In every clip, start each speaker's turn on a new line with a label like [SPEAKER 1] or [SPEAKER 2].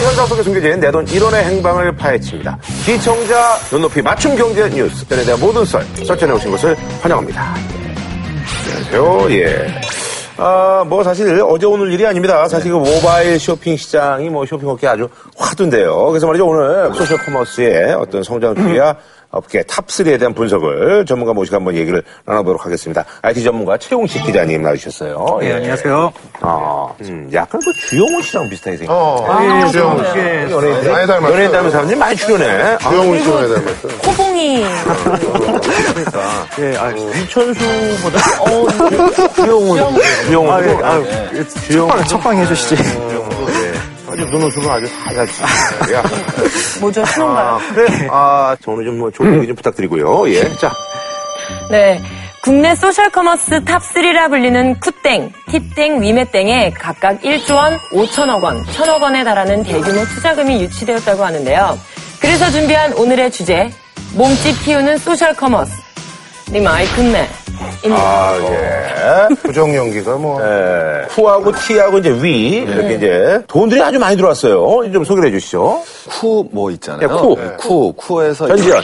[SPEAKER 1] 경제 현상 속에 숨겨진 내 돈 1원의 행방을 파헤칩니다. 시청자 눈높이 맞춤 경제 뉴스. 전에 대한 모든 썰, 설전해 오신 것을 환영합니다. 안녕하세요. 예. 아, 뭐 사실 어제 오늘 일이 아닙니다. 사실 그 모바일 쇼핑 시장이 뭐 쇼핑업계 아주 화두인데요. 그래서 말이죠. 오늘 소셜 코머스의 어떤 성장 주기와 업계 탑3에 대한 분석을 전문가 모시고 한번 얘기를 나눠보도록 하겠습니다. IT 전문가 최용식 기자님 나오셨어요.
[SPEAKER 2] 예, 안녕하세요.
[SPEAKER 1] 아, 음, 약간 그 주영훈 씨랑 비슷하게 생긴.
[SPEAKER 3] 어,
[SPEAKER 2] 아, 예, 예.
[SPEAKER 3] 아, 주영훈
[SPEAKER 2] 씨.
[SPEAKER 3] 씨.
[SPEAKER 1] 연예인
[SPEAKER 3] 많이 닮았어요.
[SPEAKER 1] 연예인 닮은 사람들이 많이 출연해. 아,
[SPEAKER 3] 주영훈 씨 많이 닮았어.
[SPEAKER 1] 네,
[SPEAKER 4] 코봉이
[SPEAKER 2] 예, 아, 유천수보다
[SPEAKER 1] 어,
[SPEAKER 2] 주영훈.
[SPEAKER 1] 주영훈.
[SPEAKER 2] 아, 예,
[SPEAKER 1] 아,
[SPEAKER 2] 아유, 주영훈. 첫방 해주시지.
[SPEAKER 1] 예. 아주 눈웃음을 아주 하얗지. 야.
[SPEAKER 4] 뭐죠? 신혼가요?
[SPEAKER 1] 아, 그래. 아, 저는 좀 뭐 좋은 얘기 좀 부탁드리고요. 예. 자,
[SPEAKER 4] 네. 국내 소셜 커머스 탑3라 불리는 쿠땡, 티땡, 위메땡에 각각 1조 원, 5천억 원, 1천억 원에 달하는 대규모 투자금이 유치되었다고 하는데요. 그래서 준비한 오늘의 주제, 몸집 키우는 소셜 커머스. 네, 뭐, 니마이 쿤네입니다.
[SPEAKER 1] 아, 예.
[SPEAKER 3] 표정 연기가 뭐.
[SPEAKER 1] 예. 후하고 티하고 이제 위 이렇게 이제 돈들이 아주 많이 들어왔어요. 좀 소개를 해주시죠.
[SPEAKER 5] 쿠 뭐 있잖아요.
[SPEAKER 1] 예, 쿠.
[SPEAKER 5] 네. 쿠 쿠에서
[SPEAKER 1] 전지현.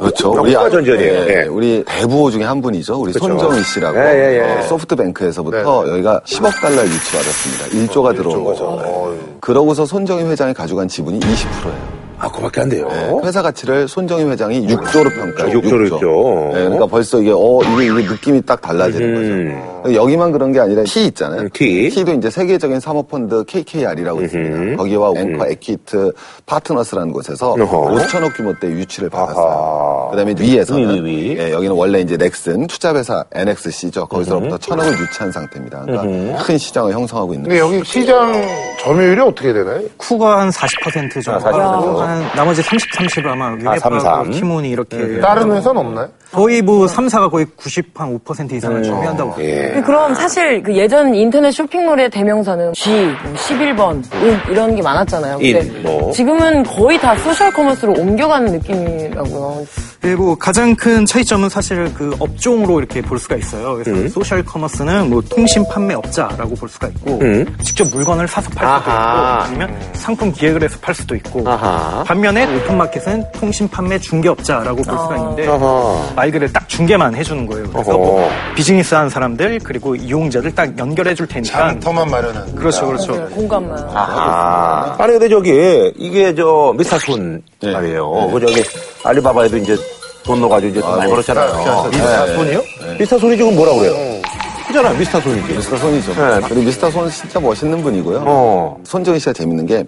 [SPEAKER 5] 그렇죠.
[SPEAKER 1] 아, 쿠가 전지현이에요.
[SPEAKER 5] 예,
[SPEAKER 1] 예.
[SPEAKER 5] 우리 대부호 중에 한 분이죠. 우리
[SPEAKER 1] 그렇죠.
[SPEAKER 5] 손정희 씨라고
[SPEAKER 1] 예, 예, 네. 예.
[SPEAKER 5] 어, 소프트뱅크에서부터 여기가 10억 달러 유치받았습니다. 1조가 들어온 거죠.
[SPEAKER 3] 어휴.
[SPEAKER 5] 그러고서 손정희 회장이 가져간 지분이 20%예요.
[SPEAKER 1] 아, 그밖에 안 돼요.
[SPEAKER 5] 네, 회사 가치를 손정희 회장이 6조로 평가해요.
[SPEAKER 1] 아, 어, 육조로 육조.
[SPEAKER 5] 예, 그러니까 벌써 이게 어 이게, 이게 느낌이 딱 달라지는 거죠. 여기만 그런 게 아니라 T 있잖아요.
[SPEAKER 1] 음, T.
[SPEAKER 5] 도 이제 세계적인 사모펀드 KKR이라고 있습니다. 거기와 앵커 에퀴트 파트너스라는 곳에서
[SPEAKER 1] 음. 어허.
[SPEAKER 5] 5천억 규모대 유치를
[SPEAKER 1] 아하.
[SPEAKER 5] 받았어요. 그다음에 위에서는
[SPEAKER 1] 위, 위, 위.
[SPEAKER 5] 예, 여기는 원래 이제 넥슨 투자회사 NXC죠. 거기서부터 천억을 유치한 상태입니다. 그러니까 큰 시장을 형성하고 있는.
[SPEAKER 3] 근데 여기 시장 점유율이 어떻게 되나요?
[SPEAKER 2] 쿠가 한 40% 정도.
[SPEAKER 1] 아, 40% 정도.
[SPEAKER 2] 한 나머지 30, 30 아마
[SPEAKER 1] 아, 삼, 삼. 예.
[SPEAKER 2] 유네프하고 키몬이 이렇게.
[SPEAKER 3] 다른 회사는 없나요?
[SPEAKER 2] 거의 뭐 3, 4가 거의 90, 한 5% 이상을 차지한다고.
[SPEAKER 1] 음. 예.
[SPEAKER 4] 그럼 사실 그 예전 인터넷 쇼핑몰의 대명사는 G, 뭐 11번, 은 이런 게 많았잖아요.
[SPEAKER 1] 인, 뭐.
[SPEAKER 4] 지금은 거의 다 소셜 커머스로 옮겨가는 느낌이라고요.
[SPEAKER 2] 그리고 예, 뭐 가장 큰 차이점은 사실 그 업종으로 이렇게 볼 수가 있어요. 그래서
[SPEAKER 1] 음.
[SPEAKER 2] 소셜 커머스는 뭐 통신 판매 업자라고 볼 수가 있고 직접 물건을 사서 팔 수도
[SPEAKER 1] 음. 아하.
[SPEAKER 2] 있고 아니면 상품 기획을 해서 팔 수도 있고
[SPEAKER 1] 아하.
[SPEAKER 2] 반면에 오픈마켓은 통신 판매 중개업자라고 볼 수가 있는데
[SPEAKER 1] 아하.
[SPEAKER 2] 말 그대로 딱 중개만 해주는 거예요. 그래서
[SPEAKER 1] 어허.
[SPEAKER 2] 비즈니스한 사람들 그리고 이용자를 딱 연결해 줄 테니까
[SPEAKER 3] 장터만 마련한.
[SPEAKER 2] 그렇죠, 그렇죠.
[SPEAKER 4] 공감만.
[SPEAKER 1] 아. 아하. 아니, 근데 저기, 이게 저, 미스터 손
[SPEAKER 5] 네.
[SPEAKER 1] 말이에요. 그 저기, 알리바바에도 이제 돈 넣어가지고 이제 돈 많이 벌었잖아요. 뭐 네.
[SPEAKER 3] 미스터 손이요?
[SPEAKER 1] 미스터 손이 지금 뭐라 그래요? 그잖아, 미스터 손이지.
[SPEAKER 5] 미스터 손이죠.
[SPEAKER 1] 네.
[SPEAKER 5] 그리고 미스터 손 진짜 멋있는 분이고요.
[SPEAKER 1] 어.
[SPEAKER 5] 손정희 씨가 재밌는 게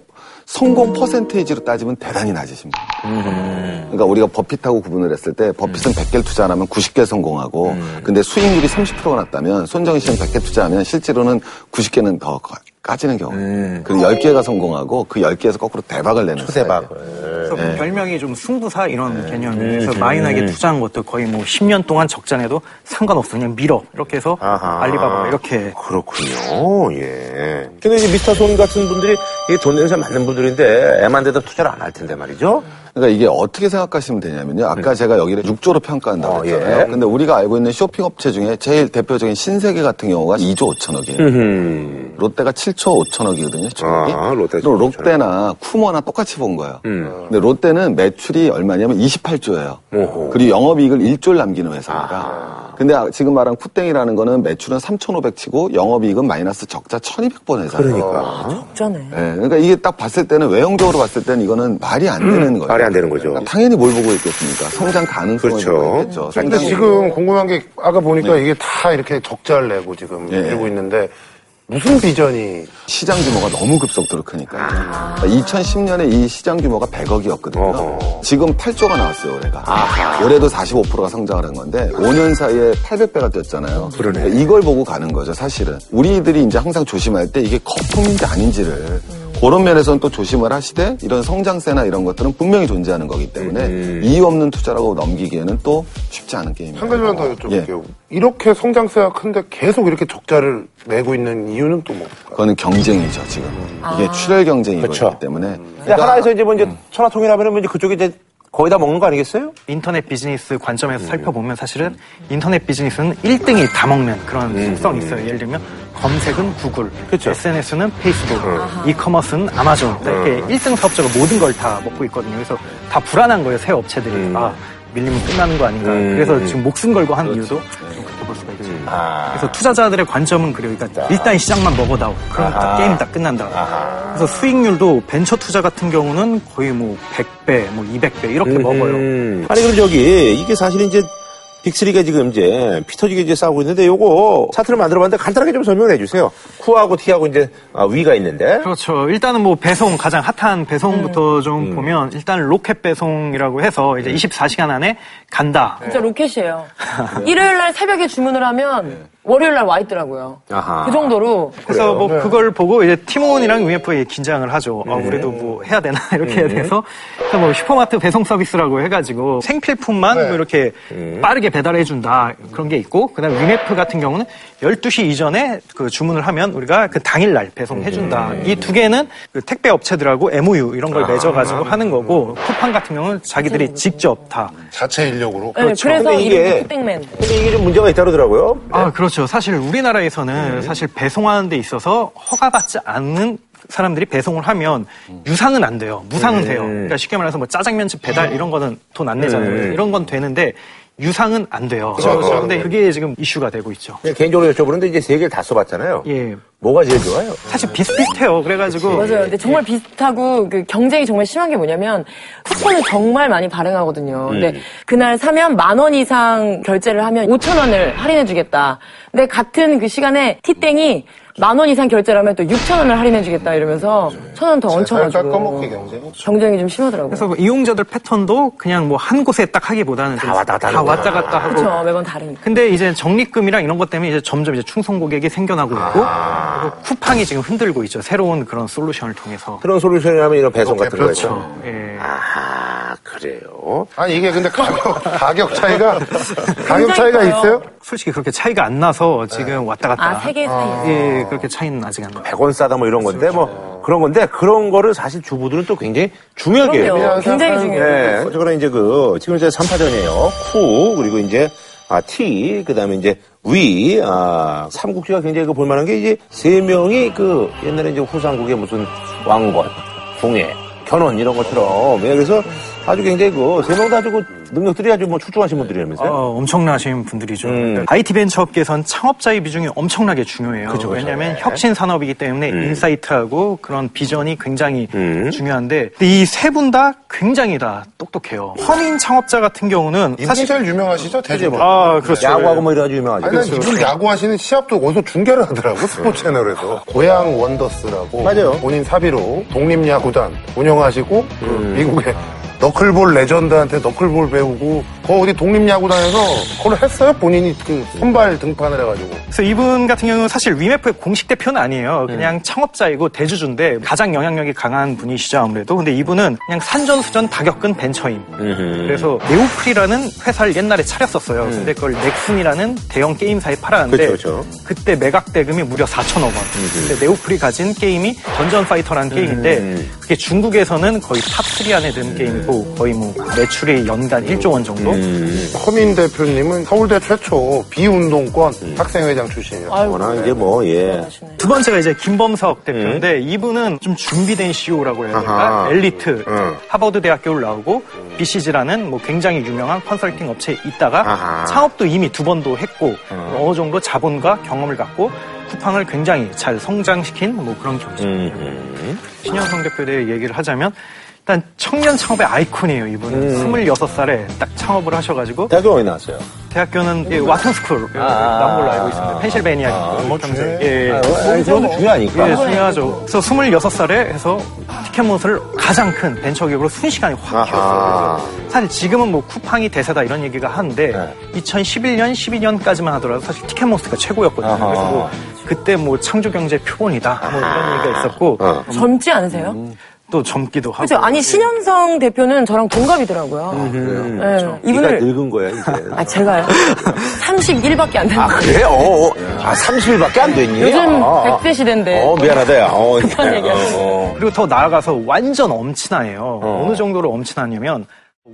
[SPEAKER 5] 성공 퍼센테이지로 따지면 대단히 낮으십니다. 그러니까 우리가 버핏하고 구분을 했을 때 버핏은 100개를 투자 안 하면 90개 성공하고
[SPEAKER 1] 음.
[SPEAKER 5] 근데 수익률이 30%가 났다면 손정희 씨는 100개 투자하면 실제로는 90개는 더 가- 까지는 경우.
[SPEAKER 1] 음.
[SPEAKER 5] 그리고 10개가 성공하고 그 10개에서 거꾸로 대박을 내는
[SPEAKER 1] 대박.
[SPEAKER 2] 그래서
[SPEAKER 1] 네.
[SPEAKER 2] 별명이 좀 승부사 이런 개념이에요. 그래서 마이너하게 투자한 것도 거의 뭐 10년 동안 적자내도 상관없어 그냥 밀어 이렇게 해서
[SPEAKER 1] 아하.
[SPEAKER 2] 알리바바 이렇게
[SPEAKER 1] 그렇군요. 예. 근데 이제 미스터 손 같은 분들이 이 돈 냄새 맞는 분들인데 애만 돼도 투자를 안 할 텐데 말이죠.
[SPEAKER 5] 그러니까 이게 어떻게 생각하시면 되냐면요. 아까 제가 여기를 6조로 평가한다고
[SPEAKER 1] 어,
[SPEAKER 5] 했잖아요.
[SPEAKER 1] 네. 예.
[SPEAKER 5] 근데 우리가 알고 있는 쇼핑 업체 중에 제일 대표적인 신세계 같은 경우가 2조 5천억이에요.
[SPEAKER 1] 음.
[SPEAKER 5] 롯데가 7조 5천억이거든요. 총액이.
[SPEAKER 1] 아, 롯데가 7조
[SPEAKER 5] 그럼
[SPEAKER 1] 5천억.
[SPEAKER 5] 롯데나 쿠머나 똑같이 본 거예요. 근데 롯데는 매출이 얼마냐면 28조예요.
[SPEAKER 1] 음. 오호.
[SPEAKER 5] 그리고 영업이익을 1조를 남기는 회사입니다. 근데 아- 지금 말한 쿠땡이라는 거는 매출은 3,500치고 영업이익은 마이너스 적자 1,200번 회사예요.
[SPEAKER 1] 그러니까.
[SPEAKER 4] 적잖아요.
[SPEAKER 5] 예, 그러니까 이게 딱 봤을 때는 외형적으로 봤을 때는 이거는 말이 안 되는 거예요.
[SPEAKER 1] 음, 말이 안 되는 거죠.
[SPEAKER 5] 그러니까 당연히 뭘 보고 있겠습니까? 성장 가능성을
[SPEAKER 1] 그렇죠.
[SPEAKER 5] 보고 있겠죠.
[SPEAKER 3] 근데
[SPEAKER 5] 성장
[SPEAKER 3] 지금 궁금한 게 아까 보니까 이게 다 이렇게 적자를 내고 지금
[SPEAKER 5] 예.
[SPEAKER 3] 이러고 있는데 무슨 비전이
[SPEAKER 5] 시장 규모가 너무 급속도로 크니까. 요 2010년에 이 시장 규모가 100억이었거든요.
[SPEAKER 1] 어허.
[SPEAKER 5] 지금 8조가 나왔어요, 올해가. 올해도 45%가 성장을 한 건데, 5년 사이에 800배가 뛰었잖아요.
[SPEAKER 1] 그러네.
[SPEAKER 5] 그러니까 이걸 보고 가는 거죠, 사실은. 우리들이 이제 항상 조심할 때 이게 거품인지 아닌지를. 그런 면에서는 또 조심을 하시되 이런 성장세나 이런 것들은 분명히 존재하는 거기 때문에 이유 없는 투자라고 넘기기에는 또 쉽지 않은 예. 게임입니다.
[SPEAKER 3] 음. 한 가지만 더 여쭤볼게요. 이렇게 성장세가 큰데 계속 이렇게 적자를 내고 있는 이유는 또 뭐?
[SPEAKER 5] 그거는 경쟁이죠, 지금. 이게 출혈 경쟁이 거기 때문에.
[SPEAKER 3] 음.
[SPEAKER 1] 근데 하나에서 이제 뭐 이제 천하통일하면 은뭐 이제 그쪽이 이제 거의 다 먹는 거 아니겠어요?
[SPEAKER 2] 인터넷 비즈니스
[SPEAKER 1] 음.
[SPEAKER 2] 관점에서 살펴보면 사실은 인터넷 비즈니스는 1등이 다 먹는 그런 속성이 있어요. 예를 들면 검색은 구글,
[SPEAKER 1] 음. 그쵸. 음.
[SPEAKER 2] SNS는 페이스북, 이커머스는 아마존. 이렇게 일등 사업자가 모든 걸 다 먹고 있거든요. 그래서 다 불안한 거예요. 새 업체들이. 아, 밀리면 끝나는 거 아닌가.
[SPEAKER 1] 음. 그렇죠. 네.
[SPEAKER 2] 그래서 지금 목숨 걸고 한 이유도 좀 그렇게 볼 수가 있죠.
[SPEAKER 1] 아.
[SPEAKER 2] 그래서 투자자들의 관점은 그래요. 그러니까 일단 시장만 먹어다오. 그럼 다 게임 다 끝난다. 그래서 수익률도 벤처 투자 같은 경우는 거의 뭐 100배, 뭐 200배 이렇게 먹어요.
[SPEAKER 1] 음. 아니 그럼 저기 이게 사실 이제 빅3가 지금 이제 피터지게 이제 싸우고 있는데 요거 차트를 만들어봤는데 간단하게 좀 설명을 해주세요. 쿠하고 티하고 이제 아, 위가 있는데
[SPEAKER 2] 그렇죠. 일단은 뭐 배송 가장 핫한 배송부터 좀 보면 일단 로켓 배송이라고 해서 이제 24시간 안에 간다.
[SPEAKER 4] 진짜
[SPEAKER 1] 네.
[SPEAKER 4] 로켓이에요. 일요일 날 새벽에 주문을 하면 월요일 날 와 있더라고요.
[SPEAKER 1] 아하.
[SPEAKER 4] 그 정도로
[SPEAKER 2] 그래서 뭐 그걸 보고 이제 팀원이랑 UFO에 긴장을 하죠. 아, 우리도 뭐 해야 되나 이렇게 돼서 그래서 뭐 슈퍼마트 배송 서비스라고 해가지고 생필품만 뭐 이렇게 빠르게 배달해 준다 그런 게 있고 그다음 에 UF 같은 경우는 12시 이전에 그 주문을 하면 우리가 그 당일 날 배송해 준다. 이 두 개는 그 택배 업체들하고 MOU 이런 걸 맺어가지고 하는 거고 쿠팡 같은 경우는 자기들이 직접 다
[SPEAKER 3] 자체 인력으로.
[SPEAKER 4] 네, 그래서
[SPEAKER 1] 그렇죠. 근데 이게-
[SPEAKER 4] 이름이 쿡땡맨.
[SPEAKER 1] 근데 이게 좀 문제가 있다르더라고요.
[SPEAKER 2] 아, 그렇죠. 사실 우리나라에서는 사실 배송하는 데 있어서 허가받지 않는 사람들이 배송을 하면 유상은 안 돼요. 무상은 돼요. 그러니까 쉽게 말해서 뭐 짜장면집 배달 이런 거는 돈 안 내잖아요. 그래서 이런 건 되는데 유상은 안 돼요. 그렇죠. 근데 그게 지금 이슈가 되고 있죠.
[SPEAKER 1] 그냥 개인적으로 여쭤보는데 이제 세 개를 다 써봤잖아요.
[SPEAKER 2] 예.
[SPEAKER 1] 뭐가 제일 좋아요?
[SPEAKER 2] 사실 비슷비슷해요.
[SPEAKER 1] 어,
[SPEAKER 2] 그래가지고
[SPEAKER 1] 예,
[SPEAKER 4] 맞아요. 근데 정말 비슷하고 그 경쟁이 정말 심한 게 뭐냐면 쿠폰을 정말 많이 발행하거든요.
[SPEAKER 1] 음.
[SPEAKER 4] 근데 그날 사면 만 원 이상 결제를 하면 5천 원을 할인해주겠다. 근데 같은 그 시간에 티땡이 만 원 이상 결제를 하면 또 6천 원을 할인해주겠다 이러면서 천 원 더
[SPEAKER 3] 살짝 꺼먹기 경쟁.
[SPEAKER 4] 얹혀가지고 경쟁이 좀 심하더라고요.
[SPEAKER 2] 그래서 그 이용자들 패턴도 그냥 뭐 한 곳에 딱 하기보다는 좀
[SPEAKER 1] 왔다 갔다
[SPEAKER 2] 다
[SPEAKER 1] 하는구나.
[SPEAKER 2] 왔다 갔다 하고
[SPEAKER 4] 그렇죠. 매번 다르니까.
[SPEAKER 2] 근데 이제 적립금이랑 이런 것 때문에 이제 점점 이제 충성 고객이 생겨나고 있고 그리고 쿠팡이 지금 흔들고 있죠. 새로운 그런 솔루션을 통해서.
[SPEAKER 1] 그런 솔루션이라면 이런 배송
[SPEAKER 3] 오케이,
[SPEAKER 1] 같은 거죠.
[SPEAKER 3] 그렇죠.
[SPEAKER 2] 예.
[SPEAKER 1] 아 그래요.
[SPEAKER 3] 아니 이게 근데 가격 가격 차이가 가격 차이가
[SPEAKER 4] 커요.
[SPEAKER 3] 있어요?
[SPEAKER 2] 솔직히 그렇게 차이가 안 나서
[SPEAKER 1] 네.
[SPEAKER 2] 지금 왔다 갔다.
[SPEAKER 4] 아, 세 개의 사이에서.
[SPEAKER 2] 예, 그렇게 차이는 아직 안 나요.
[SPEAKER 1] 100원 싸다 뭐 이런 건데 뭐 그런 건데 그런 거를 사실 주부들은 또 굉장히 중요하게
[SPEAKER 4] 그럼요.
[SPEAKER 1] 해요.
[SPEAKER 4] 굉장히 중요해요.
[SPEAKER 1] 예. 저거는 이제 그 지금 이제 3파전이에요. 쿠 그리고 이제 아, 티 그다음에 이제 위 아, 삼국지가 굉장히 그 볼만한 게 이제 세 명이 그 옛날에 이제 후삼국의 무슨 왕건, 궁예, 견훤 이런 것처럼 예, 그래서 아주 굉장히 그 세 명 다 아주 그 능력들이 아주 뭐 출중하신 분들이라면서요.
[SPEAKER 2] 어, 엄청나신 분들이죠.
[SPEAKER 1] 음.
[SPEAKER 2] IT 벤처업계에선 창업자의 비중이 엄청나게 중요해요. 왜냐하면
[SPEAKER 1] 네.
[SPEAKER 2] 혁신 산업이기 때문에 인사이트하고 그런 비전이 굉장히
[SPEAKER 1] 음.
[SPEAKER 2] 중요한데 이 세 분 다 굉장히 다 똑똑해요.
[SPEAKER 1] 음.
[SPEAKER 2] 허민 창업자 같은 경우는
[SPEAKER 3] 이분이
[SPEAKER 2] 사실
[SPEAKER 3] 제일 유명하시죠 대제.
[SPEAKER 2] 아 그렇죠.
[SPEAKER 1] 야구하고 뭐 이래 아주 유명하죠.
[SPEAKER 3] 아니, 난 지금 야구하시는 시합도 어디서 중계를 하더라고, 스포츠 채널에서. 고향 원더스라고.
[SPEAKER 1] 맞아요.
[SPEAKER 3] 본인 사비로 독립야구단 운영하시고, 그 미국에 너클볼 레전드한테 너클볼 배우고, 거 어디 독립야구단에서 그걸 했어요? 본인이 그 선발 등판을 해가지고.
[SPEAKER 2] 그래서 이분 같은 경우는 사실 위메프의 공식 대표는 아니에요.
[SPEAKER 1] 네.
[SPEAKER 2] 그냥 창업자이고 대주주인데 가장 영향력이 강한 분이시죠 아무래도. 근데 이분은 그냥 산전수전 다 겪은 벤처임. 그래서 네오프리라는 회사를 옛날에 차렸었어요. 근데 그걸 넥슨이라는 대형 게임사에 팔았는데
[SPEAKER 1] 음. 그쵸, 그쵸.
[SPEAKER 2] 때 매각 대금이 무려 4천억 원. 근데 네오프리 가진 게임이 던전 파이터라는 게임인데
[SPEAKER 1] 음.
[SPEAKER 2] 그게 중국에서는 거의 탑3 안에 드는 게임이고 거의 뭐 매출이 연간 1조 원
[SPEAKER 1] 음.
[SPEAKER 2] 정도.
[SPEAKER 3] 허민 대표님은 서울대 최초 비운동권 학생회장 출신이에요.
[SPEAKER 4] 아유,
[SPEAKER 1] 워낙 이제 뭐 예.
[SPEAKER 4] 잘하시네.
[SPEAKER 2] 두 번째가 이제 김범석 대표인데 이분은 좀 준비된 CEO라고 해야 될까?
[SPEAKER 1] 음. 아하.
[SPEAKER 2] 엘리트
[SPEAKER 1] 음.
[SPEAKER 2] 하버드 대학교를 나오고 BCG라는 뭐 굉장히 유명한 컨설팅 업체에 있다가
[SPEAKER 1] 아하. 음.
[SPEAKER 2] 창업도 이미 두 번도 했고 어느 정도 자본과 경험을 갖고 쿠팡을 굉장히 잘 성장시킨 뭐 그런 경지.
[SPEAKER 1] 음.
[SPEAKER 2] 신현성 대표에 대해 얘기를 하자면 일단 청년 창업의 아이콘이에요
[SPEAKER 1] 음.
[SPEAKER 2] 이분은 26살에 딱 창업을 하셔가지고
[SPEAKER 1] 대학교 어디 나왔어요?
[SPEAKER 2] 대학교는 예, 와튼스쿨 나온 걸로 알고 있습니다 펜실베니아 경제 예, 예.
[SPEAKER 1] 아. 아니, 그건 중요하니까.
[SPEAKER 2] 예, 중요하죠. 그래서 26살에 해서 티켓몬스를 가장 큰 벤처기업으로 순식간에 확
[SPEAKER 1] 아,
[SPEAKER 2] 키웠어요. 그래서 사실 지금은 뭐 쿠팡이 대세다 이런 얘기가 하는데 2011년, 12년까지만 하더라도 사실 티켓몬스가 최고였거든요. 그래서 뭐 그때 뭐 창조경제 표본이다 뭐 이런 얘기가 있었고
[SPEAKER 4] 젊지 않으세요?
[SPEAKER 2] 또 젊기도 하고.
[SPEAKER 4] 그죠? 그렇죠. 아니, 신현성 대표는 저랑 동갑이더라고요. 네.
[SPEAKER 1] 네가
[SPEAKER 4] 이분을.
[SPEAKER 1] 늙은 거야 이제.
[SPEAKER 4] 아, 제가요? 31밖에 안 되는데.
[SPEAKER 1] 아 그래요? 어, 어. 아 30일밖에 안 됐니?
[SPEAKER 4] 요즘
[SPEAKER 1] 아.
[SPEAKER 4] 100대 시대인데.
[SPEAKER 1] 어 미안하다. 야. 어,
[SPEAKER 4] 급한
[SPEAKER 1] 어,
[SPEAKER 4] 얘기하시네.
[SPEAKER 1] 어.
[SPEAKER 2] 어. 그리고 더 나아가서 완전 엄친아예요. 어느 정도로 엄친아냐면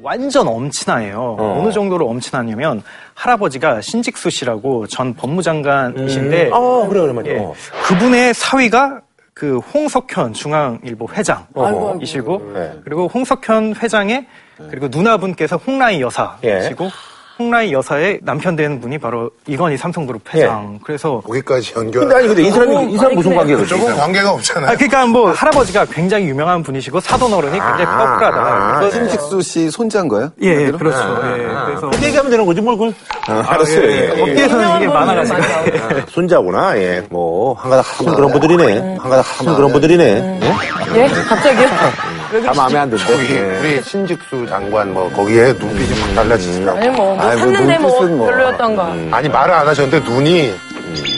[SPEAKER 2] 완전 엄친아예요. 어. 느 정도로 엄친아냐면 할아버지가 신직수 씨라고 전 법무장관이신데
[SPEAKER 1] 어, 그래, 그러면.
[SPEAKER 2] 예.
[SPEAKER 1] 어.
[SPEAKER 2] 그분의 사위가 그 홍석현 중앙일보 회장이시고 네.
[SPEAKER 1] 네.
[SPEAKER 2] 그리고 홍석현 회장의 그리고 누나분께서 홍라희 여사시고 홍라희 여사의 남편 되는 분이 바로 이건희 삼성그룹 회장. 그래서
[SPEAKER 3] 거기까지 연결.
[SPEAKER 1] 근데 아니, 근데 이 사람이, 이 사람 무슨 관계가 있죠?
[SPEAKER 3] 조금 관계가
[SPEAKER 2] 아
[SPEAKER 3] 없잖아요.
[SPEAKER 2] 그러니까 뭐 할아버지가 굉장히 유명한 분이시고 사돈어른이 굉장히 뼈풀하다. 그래서
[SPEAKER 5] 신식수 씨 손자인 거예요?
[SPEAKER 2] 예, 예, 아, 네. 그렇죠. 예, 그래서
[SPEAKER 1] 그 얘기하면 되는 거지, 뭘, 그걸. 아, 알았어요.
[SPEAKER 2] 예, 예. 업계에서는 이게 만화가 지금
[SPEAKER 4] 맞아.
[SPEAKER 1] 아, 손자구나, 예. 뭐, 한가닥 하면 그런 분들이네. 한가닥 하면 그런 분들이네.
[SPEAKER 4] 예? 갑자기요? 왜
[SPEAKER 5] 다
[SPEAKER 4] 그러시-
[SPEAKER 5] 마음에 안 든다.
[SPEAKER 3] 거기 우리 신직수 장관 뭐 거기에 눈빛이 확 달라지시더라고.
[SPEAKER 4] 아니 뭐, 뭐
[SPEAKER 5] 아이, 뭐
[SPEAKER 4] 샀는데 뭐,
[SPEAKER 5] 눈빛은 뭐.
[SPEAKER 4] 별로였던 거.
[SPEAKER 3] 아니 말을 안 하셨는데 눈이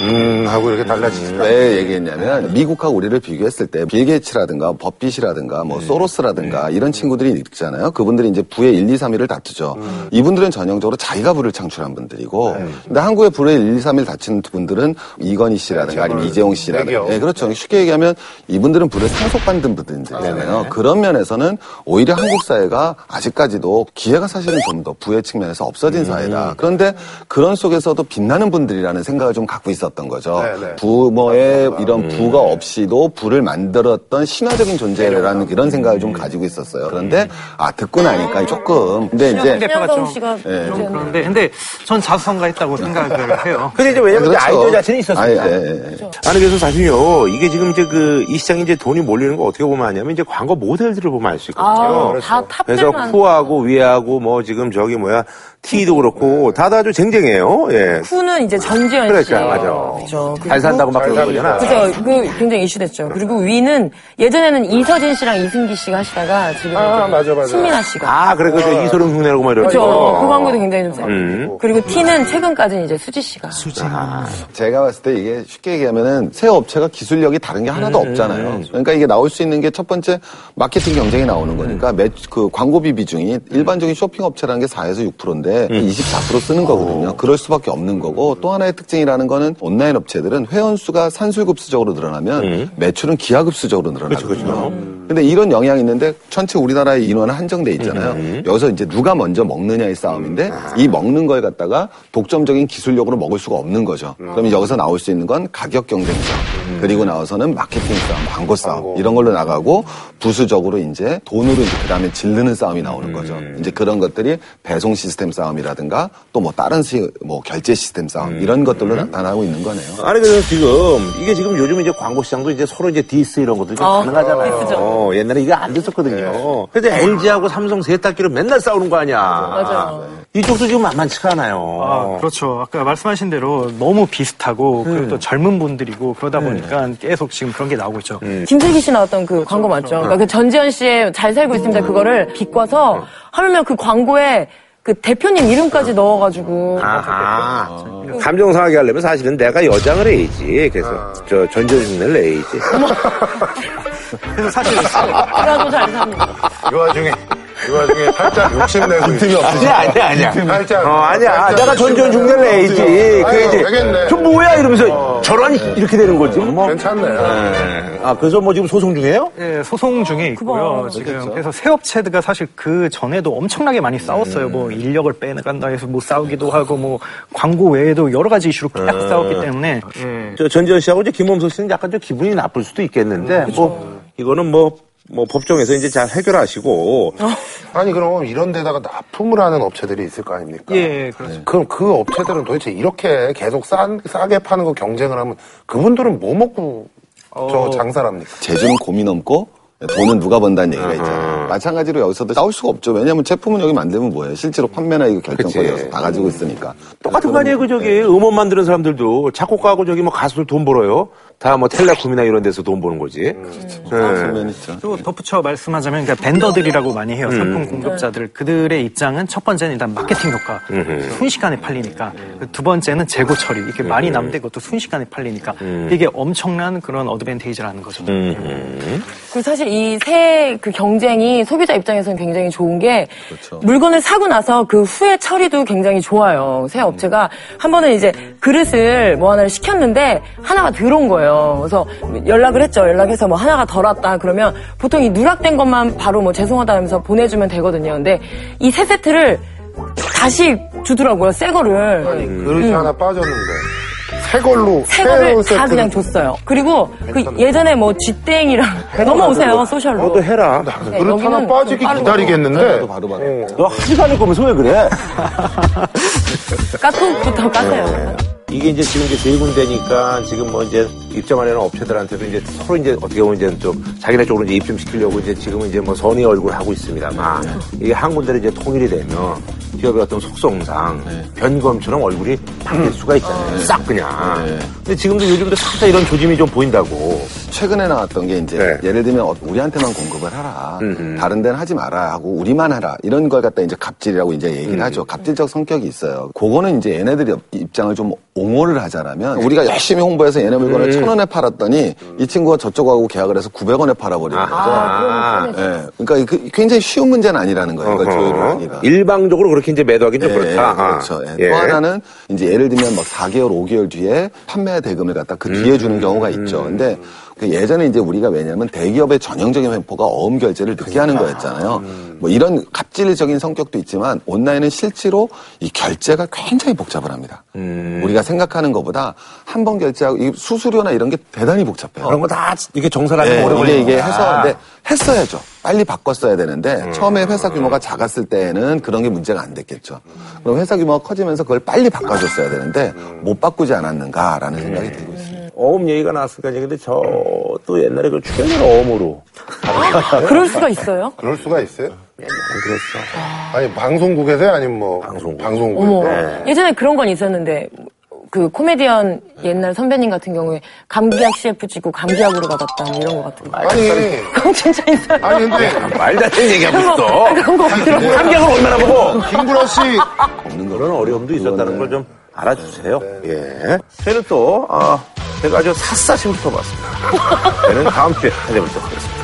[SPEAKER 3] 음 하고 이렇게 달라지시더라고.
[SPEAKER 5] 왜 얘기했냐면 미국하고 우리를 비교했을 때 빌게이츠라든가 버핏이라든가 뭐
[SPEAKER 3] 네.
[SPEAKER 5] 소로스라든가 이런 친구들이 있잖아요. 그분들이 이제 부의 1, 2, 3위를 다투죠.
[SPEAKER 3] 음.
[SPEAKER 5] 이분들은 전형적으로 자기가 부를 창출한 분들이고
[SPEAKER 3] 네.
[SPEAKER 5] 근데 한국의 부의 1, 2, 3위를 다친 분들은 이건희
[SPEAKER 3] 네,
[SPEAKER 5] 씨라든가 아니면 이재용
[SPEAKER 3] 대기업.
[SPEAKER 5] 씨라든가 예,
[SPEAKER 3] 네.
[SPEAKER 5] 그렇죠. 쉽게 얘기하면 이분들은 부를 상속받는 분들이잖아요.
[SPEAKER 3] 네.
[SPEAKER 5] 그런 면에서는 오히려 한국 사회가 아직까지도 기회가 사실은 좀 더 부의 측면에서
[SPEAKER 3] 음.
[SPEAKER 5] 없어진 사회다. 그런데 그런 속에서도 빛나는 분들이라는 생각을 좀 갖고 있었던 거죠.
[SPEAKER 3] 네, 네.
[SPEAKER 5] 부모의 뭐, 예,
[SPEAKER 1] 음.
[SPEAKER 5] 이런 부가 없이도 부를 만들었던 신화적인
[SPEAKER 1] 음.
[SPEAKER 5] 존재라는 이런 생각을 좀 가지고 있었어요. 그런데 아 듣고 나니까 조금 근데
[SPEAKER 2] 신영선
[SPEAKER 5] 이제
[SPEAKER 2] 대표가 좀
[SPEAKER 4] 신영선 씨가
[SPEAKER 2] 좀 그런데 근데 전 자수성가했다고 생각을 해요.
[SPEAKER 1] 근데 이제 왜냐면 이제
[SPEAKER 5] 그렇죠.
[SPEAKER 1] 아이디어 자체는 있었습니다.
[SPEAKER 5] 아, 예, 예, 예.
[SPEAKER 1] 아니 그래서 사실요 이게 지금 이제 그 이 시장에 이제 돈이 몰리는 거 어떻게 보면 아냐면 이제 광고 모델들을 보면 알 수 있거든요.
[SPEAKER 4] 아, 다
[SPEAKER 1] 그래서
[SPEAKER 4] 탑들만.
[SPEAKER 1] 쿠하고 위하고 뭐 지금 저기 뭐야 티도 그렇고 다들 아주 쟁쟁해요. 예.
[SPEAKER 4] 쿠는 이제 전지현 씨.
[SPEAKER 1] 그러니까 맞아.
[SPEAKER 4] 그죠.
[SPEAKER 1] 잘 산다고 막 그러는 거잖아.
[SPEAKER 4] 그죠. 그 굉장히 이슈됐죠. 그리고 위는 예전에는 이서진 씨랑 이승기 씨가 하시다가 지금
[SPEAKER 3] 아, 맞아, 맞아.
[SPEAKER 4] 신민아 씨가.
[SPEAKER 1] 아 그래 그저 이소룡 흉내라고 막 이러는
[SPEAKER 4] 그죠.
[SPEAKER 1] 거.
[SPEAKER 4] 그 광고도 굉장히 좀 세고. 그리고 티는 최근까지는 이제 수지 씨가.
[SPEAKER 5] 제가 봤을 때 이게 쉽게 얘기하면은 새 업체가 기술력이 다른 게 하나도 없잖아요. 그러니까 이게 나올 수 있는 게 첫 번째 마케팅 경쟁이 나오는 거니까 매, 그 광고비 비중이 일반적인 쇼핑 업체라는 게 4에서 6%인데 24% 쓰는 거거든요. 그럴 수밖에 없는 거고 또 하나의 특징이라는 거는 온라인 업체들은 회원 수가 산술급수적으로 늘어나면 매출은 기하급수적으로 늘어나거든요. 근데 이런 영향이 있는데 전체 우리나라의 인원은 한정돼 있잖아요. 여기서 이제 누가 먼저 먹느냐의 싸움인데 이 먹는 걸 갖다가 독점적인 기술력으로 먹을 수가 없는 거죠. 그러면 여기서 나올 수 있는 건 가격 경쟁 싸움, 그리고 나와서는 마케팅 싸움, 음. 광고 싸움 이런 걸로 나가고 부수적으로 이제 돈으로 이제 그다음에 질르는 싸움이 나오는 거죠. 이제 그런 것들이 배송 시스템 싸움이라든가 또 뭐 다른 시, 뭐 결제 시스템 싸움 이런 것들로 나타나고 있는 거네요.
[SPEAKER 1] 아니 그래서 지금 이게 지금 요즘 이제 광고 시장도 이제 서로 이제 디스 이런 것도 좀
[SPEAKER 4] 어,
[SPEAKER 1] 가능하잖아요.
[SPEAKER 4] 디스죠.
[SPEAKER 1] 어, 옛날에 이게 안 됐었거든요. 그래서 LG하고 삼성 세탁기로 맨날 싸우는 거 아니야. 네.
[SPEAKER 4] 맞아요.
[SPEAKER 1] 이쪽도 지금 만만치가 않아요.
[SPEAKER 4] 어.
[SPEAKER 2] 아, 그렇죠. 아까 말씀하신 대로 너무 비슷하고
[SPEAKER 4] 네.
[SPEAKER 2] 그리고 또 젊은 분들이고 그러다 보니까 계속 지금 그런 게 나오고 있죠.
[SPEAKER 4] 김슬기 씨 나왔던 그 광고 맞죠? 그러니까 그 전지현 씨의 잘 살고 있습니다 그거를 비꿔서 하물며 그 광고에 그 대표님 이름까지 넣어가지고
[SPEAKER 1] 아하. 감정 상하게 하려면 사실은 내가 여장을 해야지. 그래서 저 전전 흉내를 내야지.
[SPEAKER 2] 그래서 사실
[SPEAKER 4] 그래도 잘 삽니다.
[SPEAKER 1] 네.
[SPEAKER 3] 이 와중에 이 와중에 살짝 욕심내고 있어
[SPEAKER 1] 아니야, 아니야, 아니야.
[SPEAKER 3] 살짝.
[SPEAKER 1] 어, 아니야.
[SPEAKER 3] 살짝
[SPEAKER 1] 내가 전전 흉내를 내야지.
[SPEAKER 3] 아유,
[SPEAKER 1] 그게 이제
[SPEAKER 3] 되겠네.
[SPEAKER 1] 저 뭐야 이러면서 저런 이렇게 되는 거지. 뭐.
[SPEAKER 3] 괜찮네.
[SPEAKER 1] 네. 아, 그래서 뭐 지금 소송 중이에요?
[SPEAKER 2] 예, 소송 중에 있고요.
[SPEAKER 4] 그거.
[SPEAKER 2] 지금 그래서 새 업체들과 사실 그 전에도 엄청나게 많이 싸웠어요.
[SPEAKER 4] 음.
[SPEAKER 2] 뭐 인력을 빼내간다 해서 뭐 싸우기도 하고 뭐 광고 외에도 여러 가지 이슈로 계속
[SPEAKER 4] 네.
[SPEAKER 2] 싸웠기 때문에 예.
[SPEAKER 1] 저 전지현 씨하고 이제 김범석 씨는 약간 좀 기분이 나쁠 수도 있겠는데 뭐 이거는 뭐. 뭐 법정에서 이제 잘 해결하시고
[SPEAKER 3] 아니 그럼 이런 데다가 납품을 하는 업체들이 있을 거 아닙니까?
[SPEAKER 2] 예, 그렇죠.
[SPEAKER 3] 그럼 그 업체들은 도대체 이렇게 계속 싼, 싸게 파는 거 경쟁을 하면 그분들은 뭐 먹고
[SPEAKER 4] 어.
[SPEAKER 3] 저 장사를 합니까?
[SPEAKER 5] 제주는 고민 없고 돈은 누가 번다는 얘기가 있잖아요. 마찬가지로 여기서도 싸울 수가 없죠. 왜냐하면 제품은 여기 만들면 뭐예요? 실제로 판매나 이거 결정권이어서 다 가지고 있으니까.
[SPEAKER 1] 똑같은 거 아니에요 그 저기 음원 만드는 사람들도 작곡가하고 저기 뭐 가수들 돈 벌어요 다 뭐 텔레콤이나 이런 데서 돈 버는 거지
[SPEAKER 5] 그런 면이 있죠.
[SPEAKER 2] 또 덧붙여 말씀하자면 그러니까 벤더들이라고 많이 해요. 상품 공급자들 그들의 입장은 첫 번째는 일단 마케팅 효과 순식간에 팔리니까 그두 번째는 재고 처리 이렇게 많이 남대 것도 순식간에 팔리니까 이게 엄청난 그런 어드밴테이지라는 거죠.
[SPEAKER 4] 그리고 사실 이 새 그 경쟁이 소비자 입장에서는 굉장히 좋은 게 물건을 사고 나서 그 후에 처리도 굉장히 좋아요. 새 업체가 한 번은 이제 그릇을 뭐 하나를 시켰는데 하나가 들어온 거예요. 거예요. 그래서 연락을 했죠. 연락해서 뭐 하나가 덜 왔다 그러면 보통 이 누락된 것만 바로 뭐 죄송하다 하면서 보내주면 되거든요. 근데 이 세 세트를 다시 주더라고요. 새 거를.
[SPEAKER 1] 음.
[SPEAKER 3] 그릇이 하나 빠졌는데 새 걸로
[SPEAKER 4] 새 거를
[SPEAKER 3] 새로
[SPEAKER 4] 다 그냥
[SPEAKER 3] 세트를-
[SPEAKER 4] 줬어요. 그리고 그 예전에 뭐 쥐땡이랑 넘어오세요 소셜로.
[SPEAKER 1] 너도 해라.
[SPEAKER 4] 네,
[SPEAKER 3] 그릇 하나
[SPEAKER 4] 여기는 네.
[SPEAKER 3] 빠지기
[SPEAKER 4] 좀 빠른
[SPEAKER 3] 기다리겠는데
[SPEAKER 5] 바로 바로 바로.
[SPEAKER 6] 너 하지 말을 거면서 왜 그래?
[SPEAKER 4] 까톡부터 까세요.
[SPEAKER 1] 이게 이제 지금 이제 세 군데니까 지금 뭐 이제 입점하려는 업체들한테도 이제 서로 이제 어떻게 보면 이제 좀 자기네 쪽으로 이제 입점시키려고 이제 지금은 이제 뭐 선의 얼굴 하고 있습니다만
[SPEAKER 5] 네.
[SPEAKER 1] 이게 한 군데로 이제 통일이 되면 기업의 어떤 속성상
[SPEAKER 5] 네.
[SPEAKER 1] 변검처럼 얼굴이 바뀔 수가 있잖아요. 싹 그냥.
[SPEAKER 5] 네.
[SPEAKER 1] 근데 지금도 요즘도 살짝 이런 조짐이 좀 보인다고.
[SPEAKER 5] 최근에 나왔던 게 이제
[SPEAKER 1] 네.
[SPEAKER 5] 예를 들면 어, 우리한테만 공급을 하라 다른 데는 하지 마라 하고 우리만 하라 이런 걸 갖다 이제 갑질이라고 이제 얘기를 하죠 갑질적 성격이 있어요 그거는 이제 얘네들이 입장을 좀 옹호를 하자라면 우리가 열심히 홍보해서 얘네 물건을 천 원에 팔았더니 이 친구가 저쪽하고 계약을 해서 900원에 팔아버리는 거죠 예. 그러니까 그 굉장히 쉬운 문제는 아니라는 거예요 이걸 조율을
[SPEAKER 1] 네. 어허.
[SPEAKER 5] 하기가
[SPEAKER 1] 일방적으로 그렇게 이제 매도하기 좀
[SPEAKER 5] 예, 예,
[SPEAKER 1] 그렇다. 아.
[SPEAKER 5] 그렇죠. 예. 또 하나는 이제 예를 들면 막 4개월, 5개월 뒤에 판매 대금을 갖다 그 뒤에
[SPEAKER 1] 음.
[SPEAKER 5] 주는 경우가 있죠. 근데 그 예전에 이제 우리가 왜냐하면 대기업의 전형적인 횡포가 어음 결제를 늦게 하는
[SPEAKER 1] 그러니까.
[SPEAKER 5] 거였잖아요.
[SPEAKER 1] 음.
[SPEAKER 5] 뭐 이런 갑질적인 성격도 있지만 온라인은 실제로 이 결제가 굉장히 복잡을 합니다.
[SPEAKER 1] 음.
[SPEAKER 5] 우리가 생각하는 것보다 한 번 결제하고 이 수수료나 이런 게 대단히 복잡해요.
[SPEAKER 1] 그런 거 다 이렇게 정산하면
[SPEAKER 5] 네,
[SPEAKER 1] 오래
[SPEAKER 5] 이게
[SPEAKER 1] 걸리는
[SPEAKER 5] 이게
[SPEAKER 1] 거야.
[SPEAKER 5] 해서 근데 했어야죠. 빨리 바꿨어야 되는데 처음에 회사 규모가 작았을 때는 그런 게 문제가 안 됐겠죠. 그럼 회사 규모가 커지면서 그걸 빨리 바꿔줬어야 되는데 못 바꾸지 않았는가라는 생각이 들고 있습니다.
[SPEAKER 1] 어음 얘기가 나왔으니까 이제 근데 저 또 옛날에 그 출연을 어음으로
[SPEAKER 4] 그럴 수가 있어요?
[SPEAKER 3] 그럴 수가 있어요? 아니 방송국에서요 아니면 뭐
[SPEAKER 1] 아, 그렇죠. 방송국.
[SPEAKER 4] 어머.
[SPEAKER 3] 방송국에서
[SPEAKER 4] 예전에 그런 건 있었는데 그 코미디언 옛날 선배님 같은 경우에 감기약 CF 찍고 감기약으로 받았다 뭐 이런 거 같은 거.
[SPEAKER 3] 아니
[SPEAKER 4] 그건 진짜 있어요.
[SPEAKER 3] 아니 근데
[SPEAKER 1] 말도 안 되는 얘기하고
[SPEAKER 4] 그런 거,
[SPEAKER 1] 있어.
[SPEAKER 4] 그런 거 들어.
[SPEAKER 1] 환경을 얼마나 보고 음.
[SPEAKER 3] 김구라 씨
[SPEAKER 1] 없는 그런 어려움도 있었다는 걸 좀 알아주세요. 예. 저희는 또 아, 제가 아주 샅샅이 훑어봤습니다. 저희는 다음 주에 찾아뵙도록 하겠습니다.